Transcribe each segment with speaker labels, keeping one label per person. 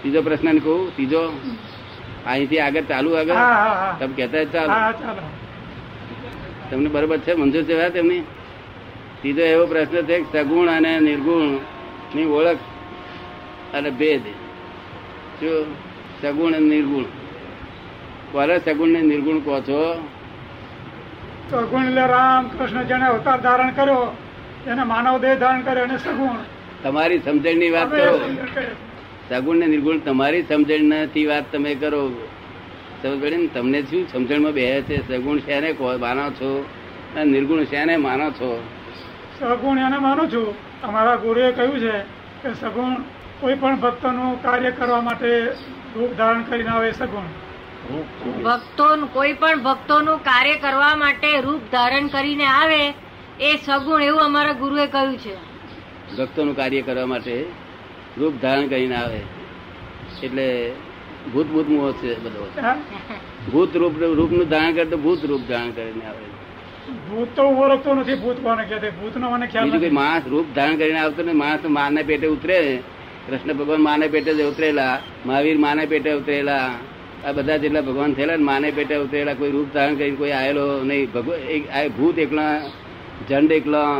Speaker 1: ત્રીજો પ્રશ્ન ને કહું ત્રીજો અહીંથી આગળ ચાલુ આગળ
Speaker 2: હા હા હા
Speaker 1: તમે કહેતા જ ચાલુ
Speaker 2: હા ચાલો
Speaker 1: તમને બરોબર છે મંજૂર છે વાત એમની ત્રીજો એવો પ્રશ્ન છે કે સગુણ અને નિર્ગુણ ની ઓળખ અને ભેદ શું સગુણ અને નિર્ગુણ બોલો સગુણ ને નિર્ગુણ કહો છો
Speaker 2: તો ગુણ એટલે રામ કૃષ્ણ જેને અવતાર ધારણ કર્યો એને માનવ દેહ ધારણ કર્યો એને સગુણ
Speaker 1: તમારી સમજણની વાત
Speaker 2: અમે
Speaker 1: કરો
Speaker 2: એ કરીએ.
Speaker 1: સગુણ ને નિર્ગુણ તમારી સમજણ નથી વાત તમે કરો સમજ પડી ને તમને શું સમજણમાં બે છે સગુણ શેને કહો માનો છો અને નિર્ગુણ શેને માનો છો
Speaker 2: સગુણ એને માનું છું અમારા ગુરુએ કહ્યું છે કે સગુણ કોઈ પણ ભક્તનું કાર્ય કરવા માટે રૂપ ધારણ કરીને આવે એ સગુણ
Speaker 3: ભક્તોનું કોઈ પણ ભક્તોનું કાર્ય કરવા માટે રૂપ ધારણ કરીને આવે એ સગુણ એવું અમારા ગુરુએ કહ્યું છે
Speaker 1: ભક્તોનું કાર્ય કરવા માટે રૂપ ધારણ કરીને આવે એટલે ભૂત ભૂત મોહ છે બધો
Speaker 2: હા?
Speaker 1: ભૂત રૂપ રૂપનું ધારણ કરે તો ભૂત રૂપ ધારણ કરીને આવે
Speaker 2: ભૂત તો હું ઓળખતો નથી ભૂત કોને કહે છે ભૂતનો મને ખ્યાલ
Speaker 1: બીજું
Speaker 2: નથી
Speaker 1: કોઈ માણસ રૂપ ધારણ કરીને આવતો ને માણસ માને પેટે ઉતરે કૃષ્ણ ભગવાન માને પેટે જ ઉતરેલા મહાવીર માને પેટે ઉતરેલા આ બધા જેટલા ભગવાન થયેલા ને માને પેટે ઉતરેલા કોઈ રૂપ ધારણ કરીને કોઈ આવેલો નહીં ભગવ- એક- આ ભૂત એકલા જંડ એકલા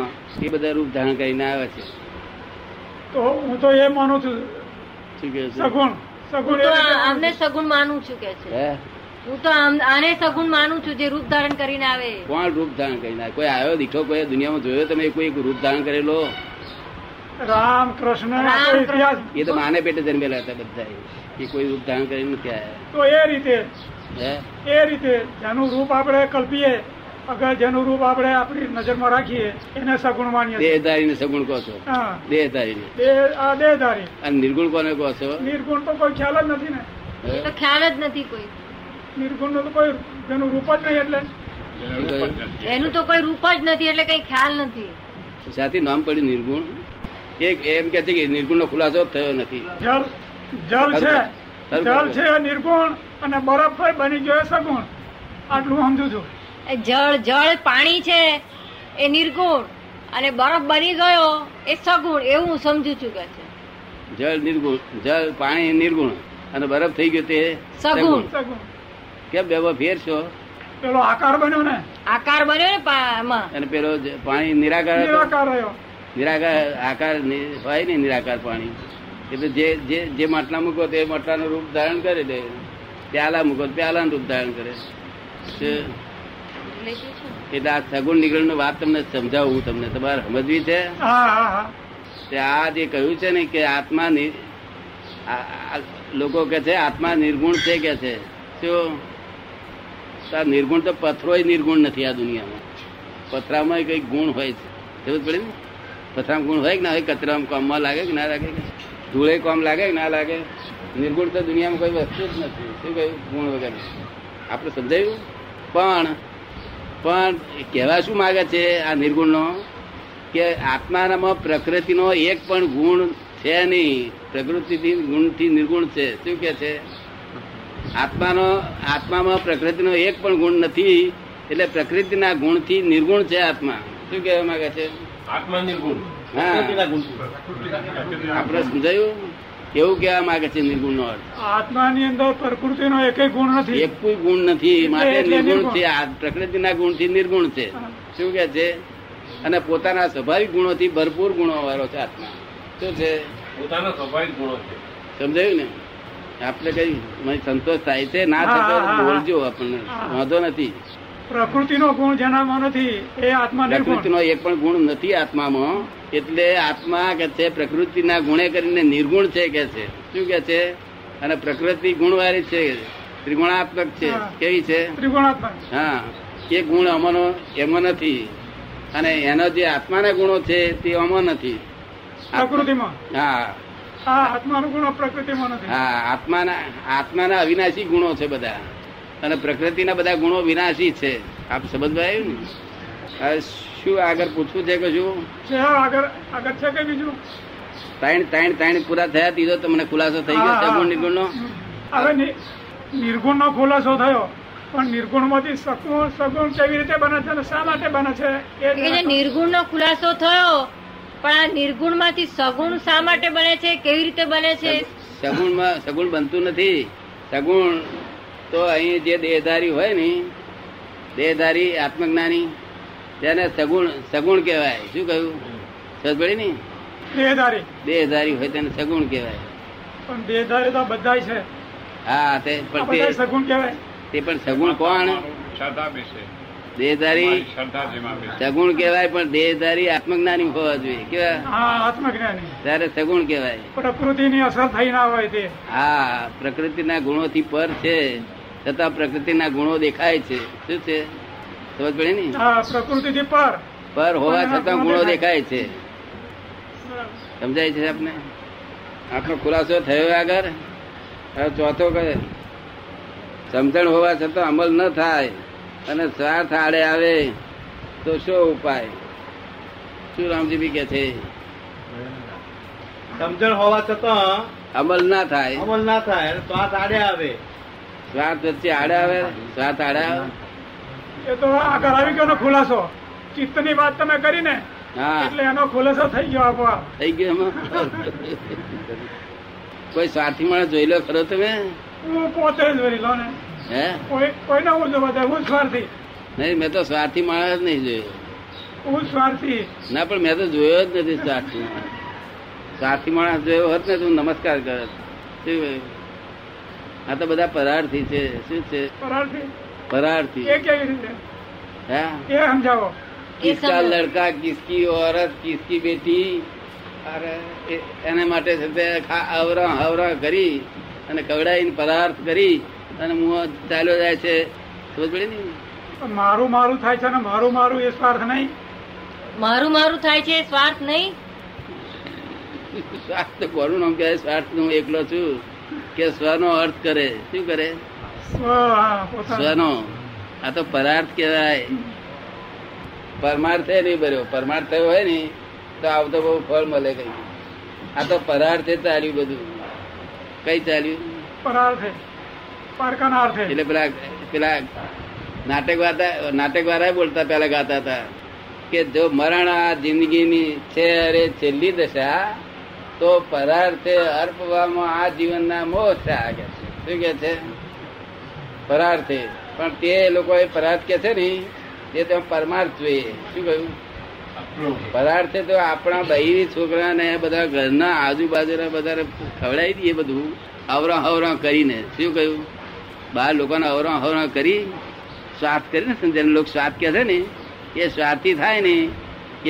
Speaker 1: એ બધા રૂપ ધારણ કરીને આવે છે
Speaker 2: તો હું તો એ માનું છું
Speaker 1: શું કહે છે
Speaker 2: સગુણ
Speaker 3: હું
Speaker 2: સગુણ
Speaker 3: તો
Speaker 2: એ રીતે
Speaker 3: આ-
Speaker 2: માનું
Speaker 3: આમને
Speaker 2: છું.
Speaker 3: સગુણ માનું છું કે છે
Speaker 1: હે
Speaker 3: હું તો આમ- આને સગુણ માનું છું જે રૂપ ધારણ કરીને આવે
Speaker 1: કોણ રૂપ ધારણ કરીને આવે? કોઈ આવ્યો દીઠો કોઈ દુનિયામાં જોયો તમે કોઈ એક રૂપ ધારણ કરેલો
Speaker 2: રામ કૃષ્ણ
Speaker 3: રામ,
Speaker 2: તો ઇતિહાસ
Speaker 1: એ તો માને પેટે જન્મેલા હતા બધા એ કોઈ રૂપ ધારણ કરીને નથી આવ્યા
Speaker 2: તો એ રીતે
Speaker 1: હે
Speaker 2: એ રીતે જેનું રૂપ આપણે કલ્પીએ અગર જેનું રૂપ આપણે આપણી નજરમાં રાખીએ એને સગુણ માનીએ છીએ.
Speaker 1: દેહધારીને સગુણ કહો છો
Speaker 2: હા
Speaker 1: દેહધારીને
Speaker 2: દેહ- આ દેહધારી
Speaker 1: અને નિર્ગુણ કોને કહો છો
Speaker 2: નિર્ગુણ તો કોઈ ખ્યાલ જ નથી ને
Speaker 3: એ તો ખ્યાલ જ નથી કોઈ
Speaker 2: નિર્ગુણ તો કોઈ જેનું રૂપ જ નહીં એટલે
Speaker 3: એનું તો કોઈ રૂપ જ નથી એટલે કઈ ખ્યાલ નથી
Speaker 1: સાથે નામ પડ્યું નિર્ગુણ એક એમ કે છે કે નિર્ગુણનો ખુલાસો થયો નથી
Speaker 2: જળ જળ છે
Speaker 1: હલ-
Speaker 2: જળ છે એ નિર્ગુણ અને બરફ પણ બની ગયો એ સગુણ આટલું સમજુ છું
Speaker 3: એ જળ જળ પાણી છે એ નિર્ગુણ અને બરફ બની ગયો એ સગુણ એવું હું સમજુ છું કે છે
Speaker 1: જળ નિર્ગુણ જળ પાણી નિર્ગુણ અને બરફ થઈ ગયો તે
Speaker 3: સગુણ.
Speaker 2: સગુણ
Speaker 1: કેમ બેમાં ફેર છો
Speaker 2: પેલો આકાર બન્યો ને
Speaker 3: આકાર બન્યો ને પા- આમાં
Speaker 1: અને પેલો જ પાણી નિરાકાર હતો.
Speaker 2: નિરાકાર રહ્યો
Speaker 1: નિરાકાર આકાર નિ- હોય ને નિરાકાર પાણી એટલે જે જે જે માટલા મૂકો તે માટલાનું રૂપ ધારણ કરે દે પ્યાલા મૂકો તો પ્યાલાનું રૂપ ધારણ કરે તે
Speaker 3: એટલે શું છે?
Speaker 1: એટલે આ સગુણ નિર્ગુણનો વાત તમને સમજાવું તમને તમારે સમજવી છે
Speaker 2: હા હા હા
Speaker 1: તે આ જે કહ્યું છે ને કે આત્મા નિ- આ- આ લોકો કે છે આત્મા નિર્ગુણ છે કે છે શું તો આ નિર્ગુણ તો પથરોય નિર્ગુણ નથી આ દુનિયામાં પથરામાં કઈ ગુણ હોય છે સમજ પડી ને પથરામાં ગુણ હોય કે ના હોય કચરામાં કામમાં લાગે કે ના લાગે ધૂળે કામ લાગે કે ના લાગે નિર્ગુણ તો દુનિયામાં કોઈ વસ્તુ જ નથી શું કહ્યું ગુણ વગર આપણે સમજાયું પણ પણ કહેવા શું માગે છે આ નિર્ગુણનો કે આત્માનામાં પ્રકૃતિનો એક પણ ગુણ છે નહીં પ્રકૃતિથી ગુણથી નિર્ગુણ છે શું કે છે આત્માનો આત્મામાં પ્રકૃતિનો એક પણ ગુણ નથી એટલે પ્રકૃતિના ગુણથી નિર્ગુણ છે આત્મા શું કહેવા માંગે છે
Speaker 4: આત્મા નિર્ગુણ
Speaker 1: હા.
Speaker 4: પ્રકૃતિના ગુણ
Speaker 1: આપણે સમજાયું એવું કહેવા માંગે છે નિર્ગુણનો અર્થ
Speaker 2: આત્માની અંદર પ્રકૃતિનો એકેય ગુણ નથી
Speaker 1: એક કોઈ ગુણ નથી માટે
Speaker 2: એટલે
Speaker 1: નિર્ગુણ
Speaker 2: નિર્ગુણ.
Speaker 1: છે આ પ્રકૃતિના ગુણથી નિર્ગુણ છે
Speaker 2: હા.
Speaker 1: શું કે છે અને પોતાના સ્વાભાવિક ગુણોથી ભરપૂર ગુણો વાળો છે આત્મા શું છે
Speaker 4: પોતાના સ્વાભાવિક ગુણો છે
Speaker 1: સમજાયું ને આપણે કઈ મને સંતોષ થાય છે ના
Speaker 2: હા,
Speaker 1: થતો
Speaker 2: હા, હા.
Speaker 1: બોલજો આપણને
Speaker 2: હા.
Speaker 1: વાંધો નથી
Speaker 2: પ્રકૃતિનો ગુણ જેનામાં નથી એ આત્મા નિર્ગુણ
Speaker 1: પ્રકૃતિનો એક પણ ગુણ નથી આત્મામાં એટલે આત્મા કે છે પ્રકૃતિના ગુણે કરીને નિર્ગુણ છે કે છે શું કે છે અને પ્રકૃતિ ગુણવાળી છે ત્રિગુણાત્મક છે
Speaker 2: હા.
Speaker 1: કેવી છે
Speaker 2: ત્રિગુણાત્મા
Speaker 1: હા એ ગુણ અમાનો એમાં નથી અને એનો જે આત્માના ગુણો છે તે આમાં નથી
Speaker 2: પ્રકૃતિમાં
Speaker 1: હા
Speaker 2: આ આત્માનો ગુણ પ્રકૃતિમાં નથી
Speaker 1: હા આત્માના આત્માના અવિનાશી ગુણો છે બધા અને પ્રકૃતિના બધા ગુણો વિનાશી છે આપ સમજવા આવ્યું ને હવે શું આગળ પૂછવું છે કે શું
Speaker 2: છે આગળ આગળ છે કે બીજું
Speaker 1: ત્રણ ત્રણ ત્રણ પૂરા થયા તીજો તમને ખુલાસો થઈ ગયો
Speaker 2: હા, હા.
Speaker 1: સગુણ નિર્ગુણનો
Speaker 2: હવે નિ- નિર્ગુણનો ખુલાસો થયો પણ નિર્ગુણમાંથી સગુણ સગુણ કેવી રીતે બને છે અને શા માટે બને છે એ
Speaker 3: કે જે નિર્ગુણનો ખુલાસો થયો પણ આ નિર્ગુણમાંથી સગુણ શા માટે બને છે કેવી રીતે બને છે
Speaker 1: સગુણમાં સગુણ બનતું નથી સગુણ તો અહીં જે દેહધારી હોય ને દેહધારી આત્મજ્ઞાની તેને સગુણ સગુણ કહેવાય શું કહ્યું સમજ પડી ને
Speaker 2: દેહધારી
Speaker 1: દેહધારી હોય તેને સગુણ કહેવાય
Speaker 2: પણ દેહધારી તો બધા છે
Speaker 1: હા તે
Speaker 2: આ
Speaker 1: પણ
Speaker 2: બધા
Speaker 1: તે-
Speaker 2: સગુણ કહેવાય
Speaker 1: તે પણ સગુણ કોણ
Speaker 4: શ્રદ્ધા બેસે
Speaker 1: દેહધારી
Speaker 4: શ્રદ્ધા જેમાં બેસે
Speaker 1: સગુણ કહેવાય પણ દેહધારી આત્મજ્ઞાની હોવા જોઈએ કેવા
Speaker 2: હા આત્મજ્ઞાની
Speaker 1: ત્યારે સગુણ કહેવાય
Speaker 2: પ્રકૃતિની અસર થઈ ના હોય તે
Speaker 1: હા પ્રકૃતિના ગુણોથી પર છે છતાં પ્રકૃતિના ગુણો દેખાય છે શું છે સમજ પડી ને
Speaker 2: હા પ્રકૃતિથી પર
Speaker 1: પર હોવા છતાં ગુણો દેખાય છે
Speaker 2: બરાબર.
Speaker 1: સમજાય છે આપને આપણો ખુલાસો થયો આગળ હવે ચોથો કહે સમજણ હોવા છતાં અમલ ન થાય અને સ્વાર્થ આડે આવે તો શો ઉપાય શું રામજી બી કે છે
Speaker 5: સમજણ હોવા છતાં
Speaker 1: અમલ ના થાય
Speaker 5: અમલ ના થાય અને શ્વાસ આડે આવે
Speaker 1: સ્વાર્થ વચ્ચે આડે આવે સ્વાર્થ આડે આવે
Speaker 2: એ તો આગળ આવી ગયો એનો ખુલાસો ચિત્તની વાત તમે કરી ને
Speaker 1: હા
Speaker 2: એટલે એનો ખુલાસો થઈ ગયો આપવા
Speaker 1: થઈ ગયું એમાં કોઈ સ્વાર્થી માણસ જોઈ લો ખરો તમે
Speaker 2: હું પોતે જ વરી લો ને
Speaker 1: હે
Speaker 2: કોઈ કોઈને હું જોવા જાય હું સ્વાર્થી
Speaker 1: નહીં મેં તો સ્વાર્થી માણસ જ નહીં જોયો
Speaker 2: હું સ્વાર્થી
Speaker 1: ના પણ મેં તો જોયો જ નથી સ્વાર્થી માણસ સ્વાર્થી માણસ જોયો હોત ને તો હું નમસ્કાર કરત શું કહ્યું? આ તો બધા પરાર્થી છે શું છે
Speaker 2: પરાર્થી
Speaker 1: પરાર્થી
Speaker 2: એ કેવી રીતે
Speaker 1: હા
Speaker 2: એ સમજાવો
Speaker 3: એ
Speaker 1: કિસકા
Speaker 3: સમજ-
Speaker 1: લડકા કિસકી ઓરત કિસકી બેટી અરે એ- એને માટે છે તે ખા- આવરા આવરા કરી અને કવડાવીને પદાર્થ કરી અને હું ચાલ્યો જાય છે સમજ પડી ને
Speaker 2: પણ મારું મારું થાય છે ને મારું મારું એ સ્વાર્થ નહીં
Speaker 3: મારું મારું થાય છે સ્વાર્થ નહીં
Speaker 1: સ્વાર્થ તો કોનું નામ કહેવાય સ્વાર્થ હું એકલો છું કે સ્વનો અર્થ કરે શું કરે
Speaker 2: સ્વ, હા, પોતાનું.
Speaker 1: સ્વનો આ તો પરાર્થ કહેવાય પરમાર્થે નહીં ભર્યો પરમાર્થ થયો હોય ને તો આવતો બહુ ફળ મળે કઈ આ તો પરાર્થે ચાલ્યું બધું કઈ ચાલ્યું
Speaker 2: પરાર્થે પારકાના અર્થે
Speaker 1: એટલે પેલા પેલા નાટક વાતા નાટક વાળા બોલતા પેલા ગાતા હતા કે જો મરણ આ જિંદગીની છે અરે છેલ્લી દશા તો પરાર્થે અર્પવામાં આ જીવનના મોહ છે આ કે છે. શું કે છે પરાર્થે પણ તે લોકો એ પરાર્થ કે છે ને તે તો પરમાર્થ જોઈએ શું કહ્યું પરાર્થે તો આપણા બહેરી છોકરાને બધા ઘરના આજુબાજુના બધા ખવડાવી દઈએ બધું અવરા હવરા કરીને શું કહ્યું બહાર લોકોને અવરા હવરા કરી સ્વાર્થ કરીને સમજાય લોકો સ્વાર્થ કહે છે ને એ સ્વાર્થી થાય ને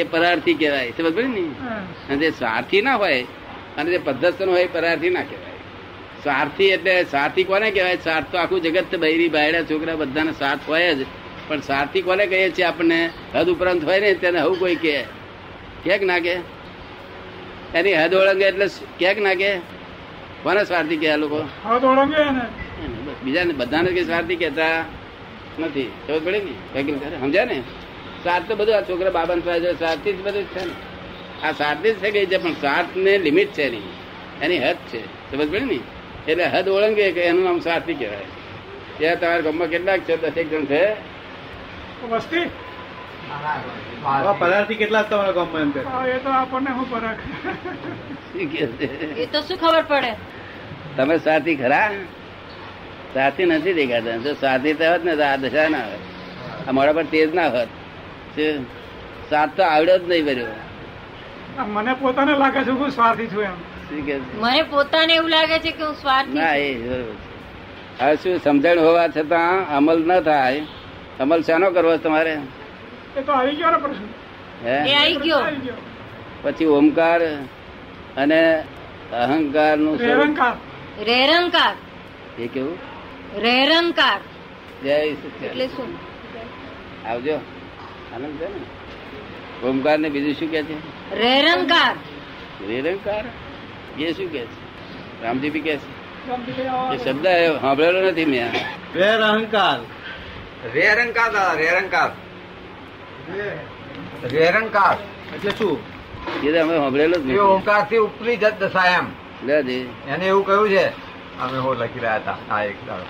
Speaker 1: એ પરાર્થી કહેવાય સમજ પડી ને
Speaker 2: હા.
Speaker 1: અને જે સ્વાર્થી ના હોય અને જે પદ્ધતન હોય એ પરાર્થી ના કહેવાય સ્વાર્થી એટલે સ્વાર્થી કોને કહેવાય સ્વાર્થ તો આખું જગત બૈરી બાયડા છોકરા બધાને સ્વાર્થ હોય જ પણ સ્વાર્થી કોને કહીએ છીએ આપણને હદ ઉપરાંત હોય ને તેને હવું કોઈ કહે કે કે ના કે એની હદ ઓળંગે એટલે કે કે ના કે કોને સ્વાર્થી કહે આ લોકો
Speaker 2: હવે તો ઓળંગે ને
Speaker 1: બીજાને બધાને કઈ સ્વાર્થી કહેતા નથી ખબર પડે ને વકીલ કરે સમજ્યા ને સ્વાર્થ તો બધું આ છોકરા બાબાને સ્વાર્થ છે, સ્વાર્થી જ બધું છે ને આ સ્વાર્થી જ છે કે છે પણ સ્વાર્થને લિમિટ છે એની એની હદ છે સમજ પડે ને એટલે હદ ઓળંગે કે એનું નામ સ્વાર્થી કહેવાય ત્યાં તમારા ગામમાં કેટલાક છે દસેક જણ છે
Speaker 2: વસ્તી
Speaker 5: આવા પદાર્થી કેટલા છે તમારા ગામમાં એમ કે
Speaker 2: હા, એ તો આપણને હું પરાગ
Speaker 1: શું કહે છે?
Speaker 3: એ તો શું ખબર પડે
Speaker 1: તમે સ્વાર્થી ખરા સ્વાર્થી નથી દેખાતા જો સ્વાર્થી તો હોત ને તો આ દશા ના હોત આ મોડા પર તેજ ના હોત શું? સ્વાર્થ તો આવડ્યો જ નહીં ભર્યો
Speaker 2: આ મને પોતાને લાગે છે કે હું સ્વાર્થી છું એમ
Speaker 1: શું કહે છે?
Speaker 3: મને પોતાને એવું લાગે છે કે હું સ્વાર્થી
Speaker 1: ના એ
Speaker 3: છું.
Speaker 1: બરોબર છે. હવે શું સમજણ હોવા છતાં અમલ ન થાય અમલ શાનો કરવો છે તમારે
Speaker 2: એ તો આવી ગયો ને પ્રશ્ન
Speaker 3: એ
Speaker 1: હે
Speaker 3: આવી ગયો
Speaker 2: આવી ગયો
Speaker 1: પછી ઓમકાર અને અહંકાર નું
Speaker 2: નિરંકાર
Speaker 3: રેરંકાર
Speaker 1: એ કેવું
Speaker 3: રેરંકાર
Speaker 1: જય સચ્ચિદાનંદ.
Speaker 3: એટલે શું
Speaker 1: આવજો આનંદ છે ને ઓમકાર ને બીજું શું કે છે
Speaker 3: રેરંકાર
Speaker 1: નિરંકાર એ શું કે છે રામજી બી કે છે
Speaker 2: ગમતી કઈ
Speaker 1: એ
Speaker 2: આવા
Speaker 1: શબ્દ એ સાંભળેલો નથી મેં
Speaker 5: વેર અહંકાર
Speaker 6: રેરંકાર દાદા રેરંકાર રેરંકાર
Speaker 5: એટલે શું
Speaker 1: એ તો અમે સાંભળેલો જ
Speaker 6: એ
Speaker 1: નથી
Speaker 6: ઓમકાર થી ઉપરી જ દશા એમ
Speaker 1: લેજે.
Speaker 6: એને એવું કહ્યું છે અમે હો લખી રહ્યા હતા આ એક દાડો.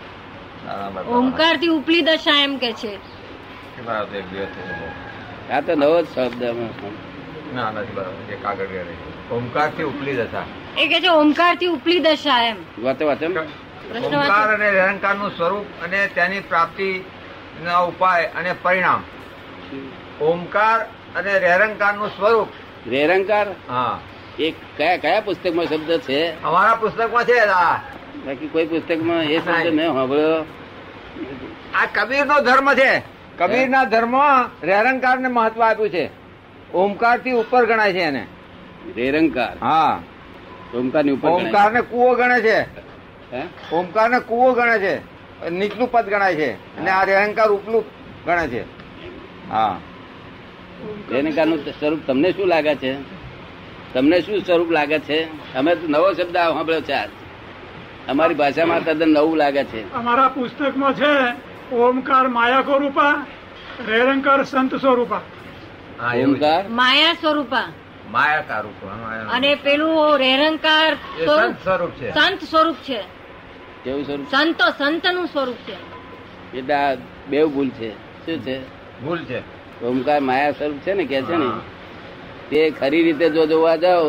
Speaker 6: નાના બાપા.
Speaker 3: ઓમકાર થી ઉપલી દશા એમ કે છે
Speaker 6: કે બરાબર છે, એક દિવસ થયો હતો.
Speaker 1: આ તો નવો જ શબ્દ અમે સાંભળ્યો.
Speaker 6: ના નથી બરાબર એ કાગળ ગયા રહી ઓમકાર થી ઉપલી દશા
Speaker 3: એ કે છે ઓમકાર થી ઉપલી દશા એમ
Speaker 1: વાતે વાતે ને?
Speaker 3: પ્રશ્ન
Speaker 6: ઓમકાર
Speaker 3: વાંચો.
Speaker 6: અને નિરંકારનું સ્વરૂપ અને તેની પ્રાપ્તિ ના ઉપાય અને પરિણામ ઓમકાર અને નિરંકારનું સ્વરૂપ
Speaker 1: રેરંકાર
Speaker 6: હા
Speaker 1: એ કયા કયા પુસ્તકમાં શબ્દ છે
Speaker 6: અમારા પુસ્તકમાં છે આ
Speaker 1: બાકી કોઈ પુસ્તકમાં એ શબ્દ મેં સાંભળ્યો
Speaker 6: આ કબીરનો ધર્મ છે કબીરના ધર્મમાં નિરંકારને મહત્વ આપ્યું છે ઓમકારથી ઉપર ગણાય છે એને
Speaker 1: રેરંકાર
Speaker 6: હા
Speaker 1: ઓમકારની ઉપર ગણાય.
Speaker 6: ઓમકારને કૂવો ગણે છે
Speaker 1: હે?
Speaker 6: ઓમકારને કૂવો ગણે છે નીચલું પદ ગણાય છે અને આ નિરંકાર ઉપલું ગણે છે હા
Speaker 1: રેરંકારનું સ્વરૂપ તમને શું લાગે છે તમને શું સ્વરૂપ લાગે છે અમે તો નવો શબ્દ આ સાંભળ્યો છે આજ અમારી ભાષામાં તદ્દન નવું લાગે છે
Speaker 2: અમારા પુસ્તકમાં છે ઓમકાર માયાકો રૂપા રેરંકાર સંત સ્વરૂપા
Speaker 6: હા, એવું છે.
Speaker 1: ઓમકાર
Speaker 3: માયા સ્વરૂપા
Speaker 6: માયાકાર ઉપર હા, એનું.
Speaker 3: અને પેલું રેરંકાર
Speaker 6: એ
Speaker 3: સ્વરૂપ
Speaker 6: સંત સ્વરૂપ છે
Speaker 3: સંત સ્વરૂપ છે
Speaker 1: કેવું સ્વરૂપ
Speaker 3: સંતો સંતનું સ્વરૂપ છે
Speaker 1: એટલે આ બેવ ભૂલ છે શું છે
Speaker 6: ભૂલ છે
Speaker 1: ઓમકાર માયા સ્વરૂપ છે ને કે છે ને
Speaker 6: હા.
Speaker 1: તે ખરી રીતે જો જોવા જાઓ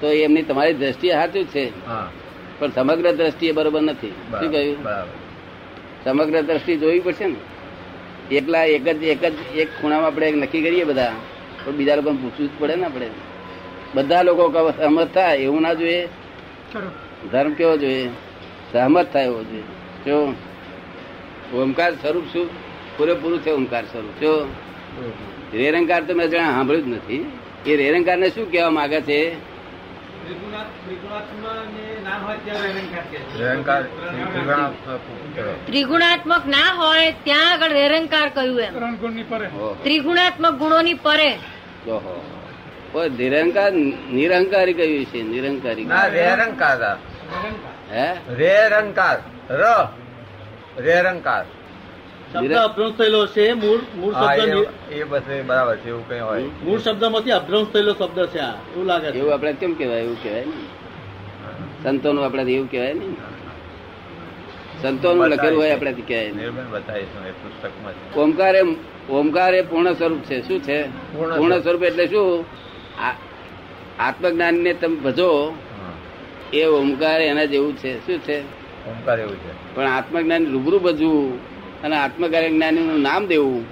Speaker 1: તો એમની તમારી દ્રષ્ટિએ સાચું છે
Speaker 6: હા
Speaker 1: પણ સમગ્ર દ્રષ્ટિએ બરોબર નથી શું
Speaker 6: બરાબર,
Speaker 1: કહ્યું
Speaker 6: બરાબર.
Speaker 1: સમગ્ર દ્રષ્ટિ જોવી પડશે ને એકલા એક જ એક જ એક ખૂણામાં આપણે નક્કી કરીએ બધા પણ બીજા લોકોને પૂછવું જ પડે ને આપણે બધા લોકો કહો, સહમત થાય એવું ના જોઈએ
Speaker 2: ચલો
Speaker 1: ધર્મ કેવો જોઈએ સહમત થાય એવો જોઈએ જો ઓમકાર સ્વરૂપ શું પૂરેપૂરું છે ઓમકાર સ્વરૂપ જો રેરંકાર તો મેં જણા સાંભળ્યું જ નથી એ રેરંકારને શું કહેવા માંગે છે
Speaker 6: નિરંકાર નિરંકાર-
Speaker 3: ત્રિગુણાત્મક ના હોય ત્યાં આગળ રેરંકાર કહ્યું એમ
Speaker 2: ત્રણ ગુણની પરે
Speaker 1: ઓહો,
Speaker 3: ત્રિગુણાત્મક ગુણોની પરે
Speaker 1: ઓહો. ઓય, નિરંકાર નિરહંકારી કહ્યું છે નિરહંકારી
Speaker 6: ના રેરંકાર હતા.
Speaker 1: હે
Speaker 6: રેરંકાર ર રેરંકાર
Speaker 7: શબ્દ અભ્રંશ થયેલો છે મૂળ મૂળ
Speaker 6: હા,
Speaker 7: શબ્દ
Speaker 6: એ
Speaker 7: નિ-
Speaker 6: એ બસ એ બરાબર છે એવું કઈ હોય
Speaker 7: મૂળ શબ્દમાંથી અભ્રંશ થયેલો શબ્દ છે આ એવું લાગે છે
Speaker 1: એવું આપણે કેમ કહેવાય એવું કહેવાય ને સંતોનું આપણે એવું કહેવાય ને સંતોનું લખેલું હોય આપણે કહેવાય ને
Speaker 6: નિર્મલ બતાવીશું એ પુસ્તકમાં છે.
Speaker 1: ઓમકાર એ ઓમકાર એ પૂર્ણ સ્વરૂપ છે શું છે
Speaker 6: પૂર્ણ
Speaker 1: પૂર્ણ સ્વરૂપ એટલે શું આ- આત્મજ્ઞાનને તમે ભજો
Speaker 6: હા.
Speaker 1: એ ઓમકાર એના જેવું છે શું છે
Speaker 6: ઓમકાર એવું છે
Speaker 1: પણ આત્મજ્ઞાન રૂબરૂ બધું અને આત્મકાર્ય જ્ઞાનીનું નામ દેવું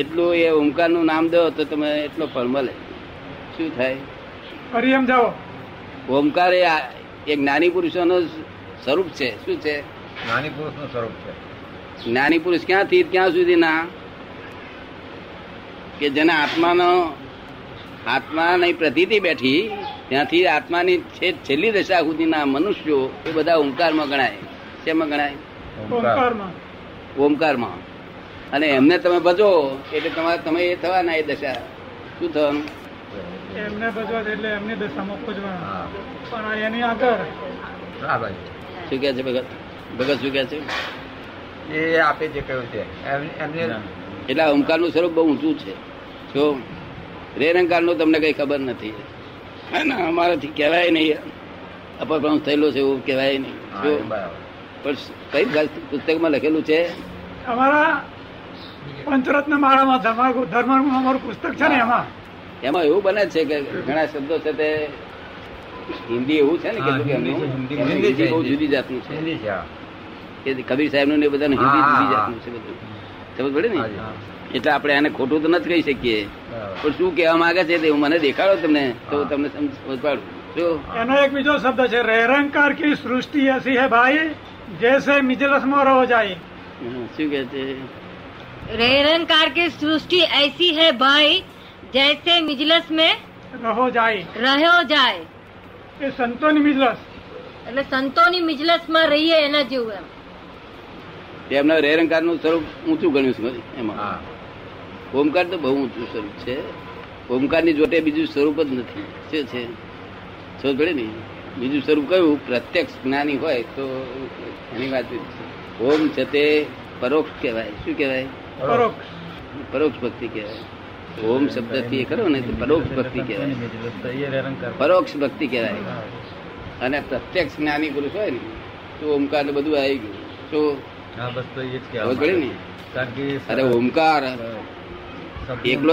Speaker 1: એટલું એ ઓમકારનું નામ દો તો તમે એટલો ફળ મળે શું થાય
Speaker 2: ફરી એમ જાઓ
Speaker 1: ઓમકાર એ આ- એ જ્ઞાની પુરુષોનો સ્વરૂપ છે શું છે
Speaker 6: નાની પુરુષનું સ્વરૂપ છે
Speaker 1: જ્ઞાની પુરુષ ક્યાંથી ક્યાં સુધીના કે જેને આત્માનો આત્માની પ્રતીતિ બેઠી ત્યાંથી આત્માની છેક છેલ્લી દશા સુધીના મનુષ્યો એ બધા ઓમકારમાં ગણાય શેમાં ગણાય
Speaker 6: ઓમકાર
Speaker 2: ઓમકારમાં
Speaker 1: ઓમકારમાં અને એમને તમે ભજો એટલે તમારે તમે એ થવાના એ દશા શું થવાનું
Speaker 2: એમને ભજવા છે એટલે એમની દશામાં પૂજવાના
Speaker 6: હા
Speaker 2: પણ આ એની આગળ
Speaker 6: બરાબર
Speaker 1: શું કહે છે ભગત ભગત શું કહે છે
Speaker 6: છે. એ આપે જે કહ્યું છે એમ- એમને
Speaker 1: એટલે આ ઓમકારનું સ્વરૂપ બહુ ઊંચું છે જો રેરંકારનું તમને કઈ ખબર નથી ના, ના અમારાથી કહેવાય નહીં અપભ્રંશ થયેલો છે એવું કહેવાય નહીં
Speaker 6: હા,
Speaker 1: જો
Speaker 6: એ બરાબર
Speaker 1: પણ કઈ ગલ- પુસ્તકમાં લખેલું છે
Speaker 2: અમારા પંચરત્ન માળામાં ધર્મ ધર્મનું અમારું પુસ્તક છે ને એમાં
Speaker 1: એમાં એવું બને છે કે ઘણા શબ્દો છે તે હિન્દી એવું છે ને
Speaker 6: હા,
Speaker 1: કેટલું કે
Speaker 6: હિન્દી
Speaker 1: એમનું
Speaker 6: છે, હિન્દી.
Speaker 1: એમનું
Speaker 6: હિન્દી છે,
Speaker 1: હિન્દી બહુ
Speaker 6: હિન્દી.
Speaker 1: જુદી જાતનું છે
Speaker 6: હિન્દી છે, હા.
Speaker 1: એ કબીર સાહેબ નું બધાને હિન્દી
Speaker 6: હા,
Speaker 1: જુદી
Speaker 6: હા.
Speaker 1: જાતનું છે બધું સમજ પડી ને
Speaker 6: હા, જી.
Speaker 1: એટલે આપણે એને ખોટું તો નથી કહી શકીએ
Speaker 6: બરાબર.
Speaker 1: પણ શું કહેવા માંગે છે તે હું મને દેખાડો તમને તો
Speaker 6: હા.
Speaker 1: તમને સમજ સમજ પાડું જો
Speaker 2: એનો એક બીજો શબ્દ છે રેરંકાર કી સૃષ્ટિ એસી હે ભાઈ જૈસે મિજલસમાં રહો જાય
Speaker 1: શું કહે છે
Speaker 3: રેરંકાર કે સૃષ્ટિ એસી હે ભાઈ જૈસે મિજલસ મેં
Speaker 2: રહો જાય
Speaker 3: રહ્યો જાય
Speaker 2: એ સંતોની મિજલસ
Speaker 3: એટલે સંતોની મિજલસમાં રહીએ એના જેવું એમ
Speaker 1: તેમના રેરંકાર નું સ્વરૂપ ઊંચું ગણ્યું છે મને એમાં
Speaker 6: હા
Speaker 1: ઓમકાર તો બહુ ઊંચું સ્વરૂપ છે ઓમકારની જોટે બીજું સ્વરૂપ જ નથી શું છે સમજ પડી ને બીજું સ્વરૂપ કયું પ્રત્યક્ષ જ્ઞાની હોય તો એની વાત જુદી છે ઓમ છે તે પરોક્ષ કહેવાય શું કહેવાય
Speaker 2: પરોક્ષ
Speaker 1: પરોક્ષ ભક્તિ કહેવાય ઓમ શબ્દથી એ કરો ને તો પરોક્ષ ભક્તિ કહેવાય પરોક્ષ ભક્તિ કહેવાય અને પ્રત્યક્ષ જ્ઞાની પુરુષ હોય ને તો ઓમકાર ને બધું આવી ગયું તો
Speaker 6: હા બસ તો એ જ
Speaker 1: ખબર
Speaker 6: કહેવા
Speaker 1: પડી ને અરે ઓમકાર એકલો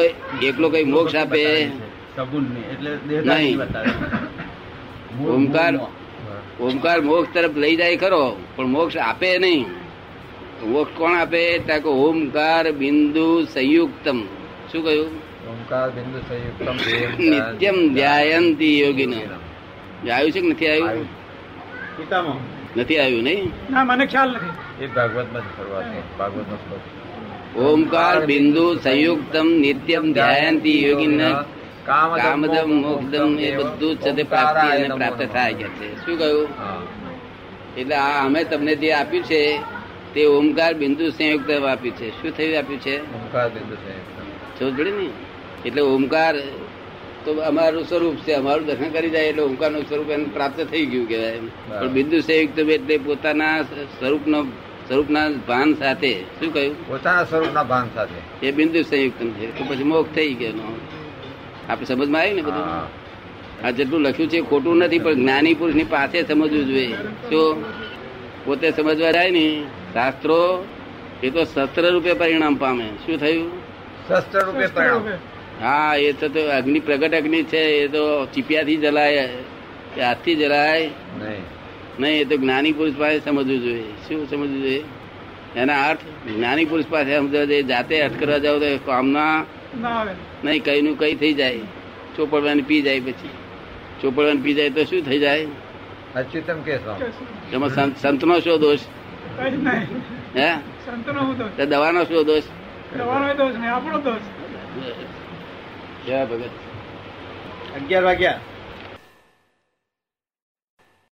Speaker 1: એકલો કઈ મોક્ષ આપે
Speaker 6: સગુણ એટલે
Speaker 1: નહીં.
Speaker 6: બતાવે
Speaker 7: મૂળ-
Speaker 1: ઓમકાર
Speaker 7: મૂળનો.
Speaker 1: ઓમકાર મોક્ષ તરફ લઈ જાય ખરો પણ મોક્ષ આપે નહીં મોક્ષ કોણ આપે ત્યાં કે ઓમકાર બિંદુ સંયુક્તમ શું કહ્યું
Speaker 6: ઓમકાર બિંદુ સંયુક્તમ
Speaker 1: નિત્યમ ધ્યાયંતિ યોગીને આવ્યું છે કે નથી આવ્યું
Speaker 7: પિતામહ
Speaker 1: નથી આવ્યું નહીં
Speaker 2: ના મને ખ્યાલ નથી
Speaker 6: એ ભાગવતમાં જ શરૂઆત છે ભાગવતનો શ્લોક છે.
Speaker 1: ઓમકાર બિંદુ સંયુક્તમ નિત્યમ ધ્યાયંતિ યોગીન કામદમ મોક્ષદમ એ બધું જ છે તે પ્રાપ્તિ એને પ્રાપ્ત થાય કે છે શું કહ્યું
Speaker 6: હા.
Speaker 1: એટલે આ અમે તમને જે આપ્યું છે તે ઓમકાર બિંદુ સંયુક્ત આપ્યું છે શું થયું આપ્યું છે
Speaker 6: ઓમકાર બિંદુ સંયુક્તમ.
Speaker 1: સમજ પડી ને એટલે ઓમકાર તો અમારું સ્વરૂપ છે અમારું દર્શન કરી જાય એટલે ઓમકારનું સ્વરૂપ એને પ્રાપ્ત થઈ ગયું કહેવાય પણ બિંદુ સંયુક્ત એટલે પોતાના સ્વરૂપનો સ્વરૂપના ભાન સાથે શું કહ્યું
Speaker 6: પોતાના સ્વરૂપના ભાન સાથે
Speaker 1: એ બિંદુ સંયુક્ત છે તો પછી મોક્ષ થઈ ગયો આપણે સમજમાં આવ્યું ને બધું
Speaker 6: હા.
Speaker 1: આ જેટલું લખ્યું છે એ ખોટું નથી પણ જ્ઞાની પુરુષની પાસે સમજવું જોઈએ જો પોતે સમજવા જાય ને શાસ્ત્રો એ તો શસ્ત્ર રૂપે પરિણામ પામે શું થયું
Speaker 6: શસ્ત્ર રૂપે પરિણામ
Speaker 1: હા એ તો તો અગ્નિ પ્રગટ અગ્નિ છે એ તો ચીપિયાથી જલાય કે હાથથી જલાય
Speaker 6: નહીં
Speaker 1: નહીં એ તો જ્ઞાની પુરુષ પાસે સમજવું જોઈએ શું સમજવું જોઈએ એના અર્થ જ્ઞાની પુરુષ પાસે સમજવા જોઈએ જાતે અર્થ કરવા જાવ તો કામના
Speaker 2: ના આવે
Speaker 1: નહીં કઈનું કઈ થઈ જાય ચોપડવાની પી જાય પછી ચોપડવાની પી જાય તો શું થઈ જાય
Speaker 6: અચ્યુતમ કેશવ
Speaker 1: એમાં સંત- સંતનો શું દોષ
Speaker 2: કઈ જ નહીં
Speaker 1: હે
Speaker 2: સંતનો હું દોષ
Speaker 1: તો દવાનો શું દોષ
Speaker 2: દવાનો દોષ નહીં આપણો દોષ
Speaker 1: જય ભગત
Speaker 7: અગિયાર વાગ્યા